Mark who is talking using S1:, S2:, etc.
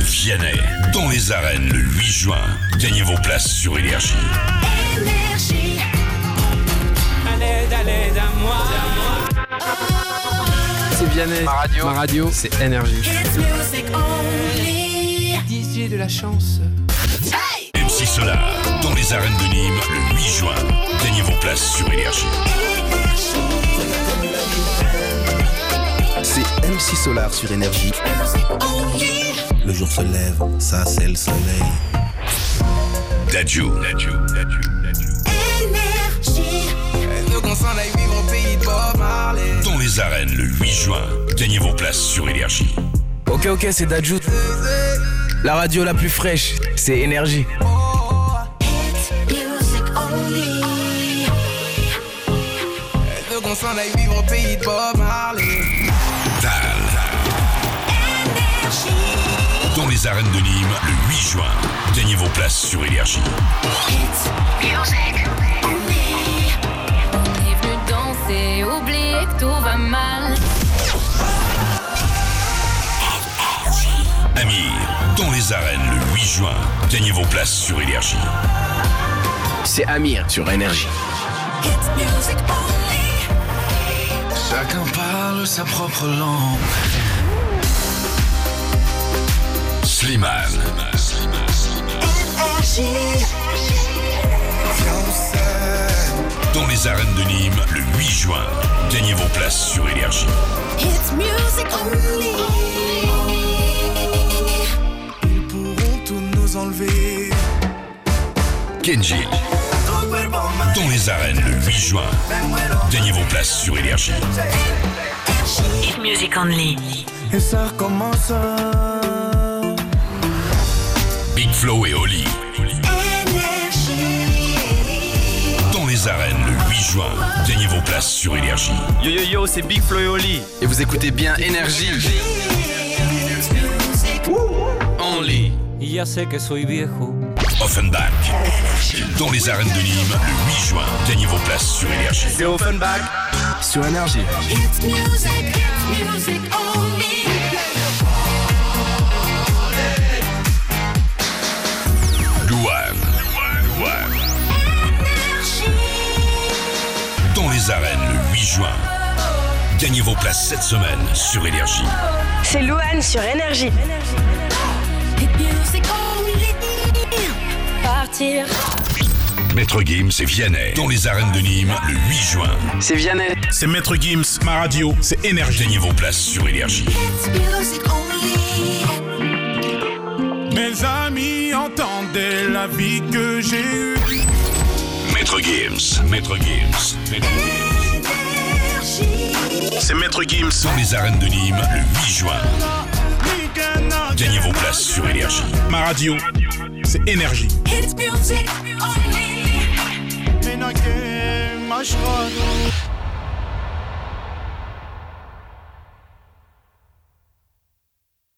S1: Vianney dans les arènes le 8 juin. Gagnez vos places sur Énergie.
S2: énergie,
S3: À l'aide, à l'aide, à moi.
S4: C'est Vianney. Ma radio. c'est énergie.
S2: it's music only.
S3: 18 de la chance.
S1: MC Solar dans les arènes de Nîmes le 8 juin. Gagnez vos places sur Énergie.
S5: C'est MC Solar sur énergie. Le jour se lève, ça c'est le soleil.
S1: Dadju. Dadju. Dadju. Dadju.
S2: Énergie,
S6: Veux qu'on s'en aille vivre au pays de Bob Marley.
S1: Dans les arènes le 8 juin. Gagnez vos places sur Énergie.
S7: Ok, ok, c'est Dajou. La radio la plus fraîche, c'est Énergie.
S2: it's music only.
S6: Veux qu'on s'en aille vivre au pays de Bob Marley.
S1: Dal. Dans les arènes de Nîmes le 8 juin. Gagnez vos places sur Énergie.
S2: It's music only.
S8: On est venu danser, oublier que tout va mal.
S1: Amir. Dans les arènes le 8 juin. Gagnez vos places sur Énergie.
S4: C'est Amir sur énergie.
S2: It's music only.
S9: Chacun parle sa propre langue.
S1: Slimane.
S2: Énergie,
S1: Dans les arènes de Nîmes le 8 juin. Gagnez vos places sur Énergie.
S2: it's music only.
S6: Ils pourront tout nous enlever.
S1: Kenji. Dans les arènes le 8 juin. Gagnez vos places sur Énergie.
S10: Music Only.
S6: Et ça recommence.
S1: Big Flo et Oli.
S2: Énergie,
S1: Dans les arènes le 8 juin. Gagnez vos places sur Énergie.
S7: Yo yo yo, c'est Big Flo et Oli.
S4: Et vous écoutez bien énergie.
S2: it's music
S4: Only.
S3: Ya sé que soy viejo.
S1: Offenbach. Dans les arènes de Nîmes le 8 juin. Gagnez vos places sur Énergie.
S7: C'est Offenbach.
S4: Sur énergie.
S2: It's music, it's music only.
S1: Louane. Louane. Dans les arènes le 8 juin. Gagnez vos places cette semaine sur Énergie.
S10: C'est Louane sur Énergie.
S2: It's music only. Partir.
S1: Maître Gims et Vianney. Dans les arènes de Nîmes le 8 juin.
S4: C'est Vianney.
S9: C'est Maître Gims, ma radio, c'est énergie.
S1: Gagnez vos places sur Énergie.
S2: It's music only.
S9: Mes amis entendaient la vie que j'ai eue.
S1: Maître Gims. Maître Gims. Maître Gims.
S2: Énergie.
S9: C'est Maître Gims.
S1: Dans les arènes de Nîmes le 8 juin. Gagnez vos places sur Énergie.
S9: Ma radio, c'est énergie.
S2: It's music only.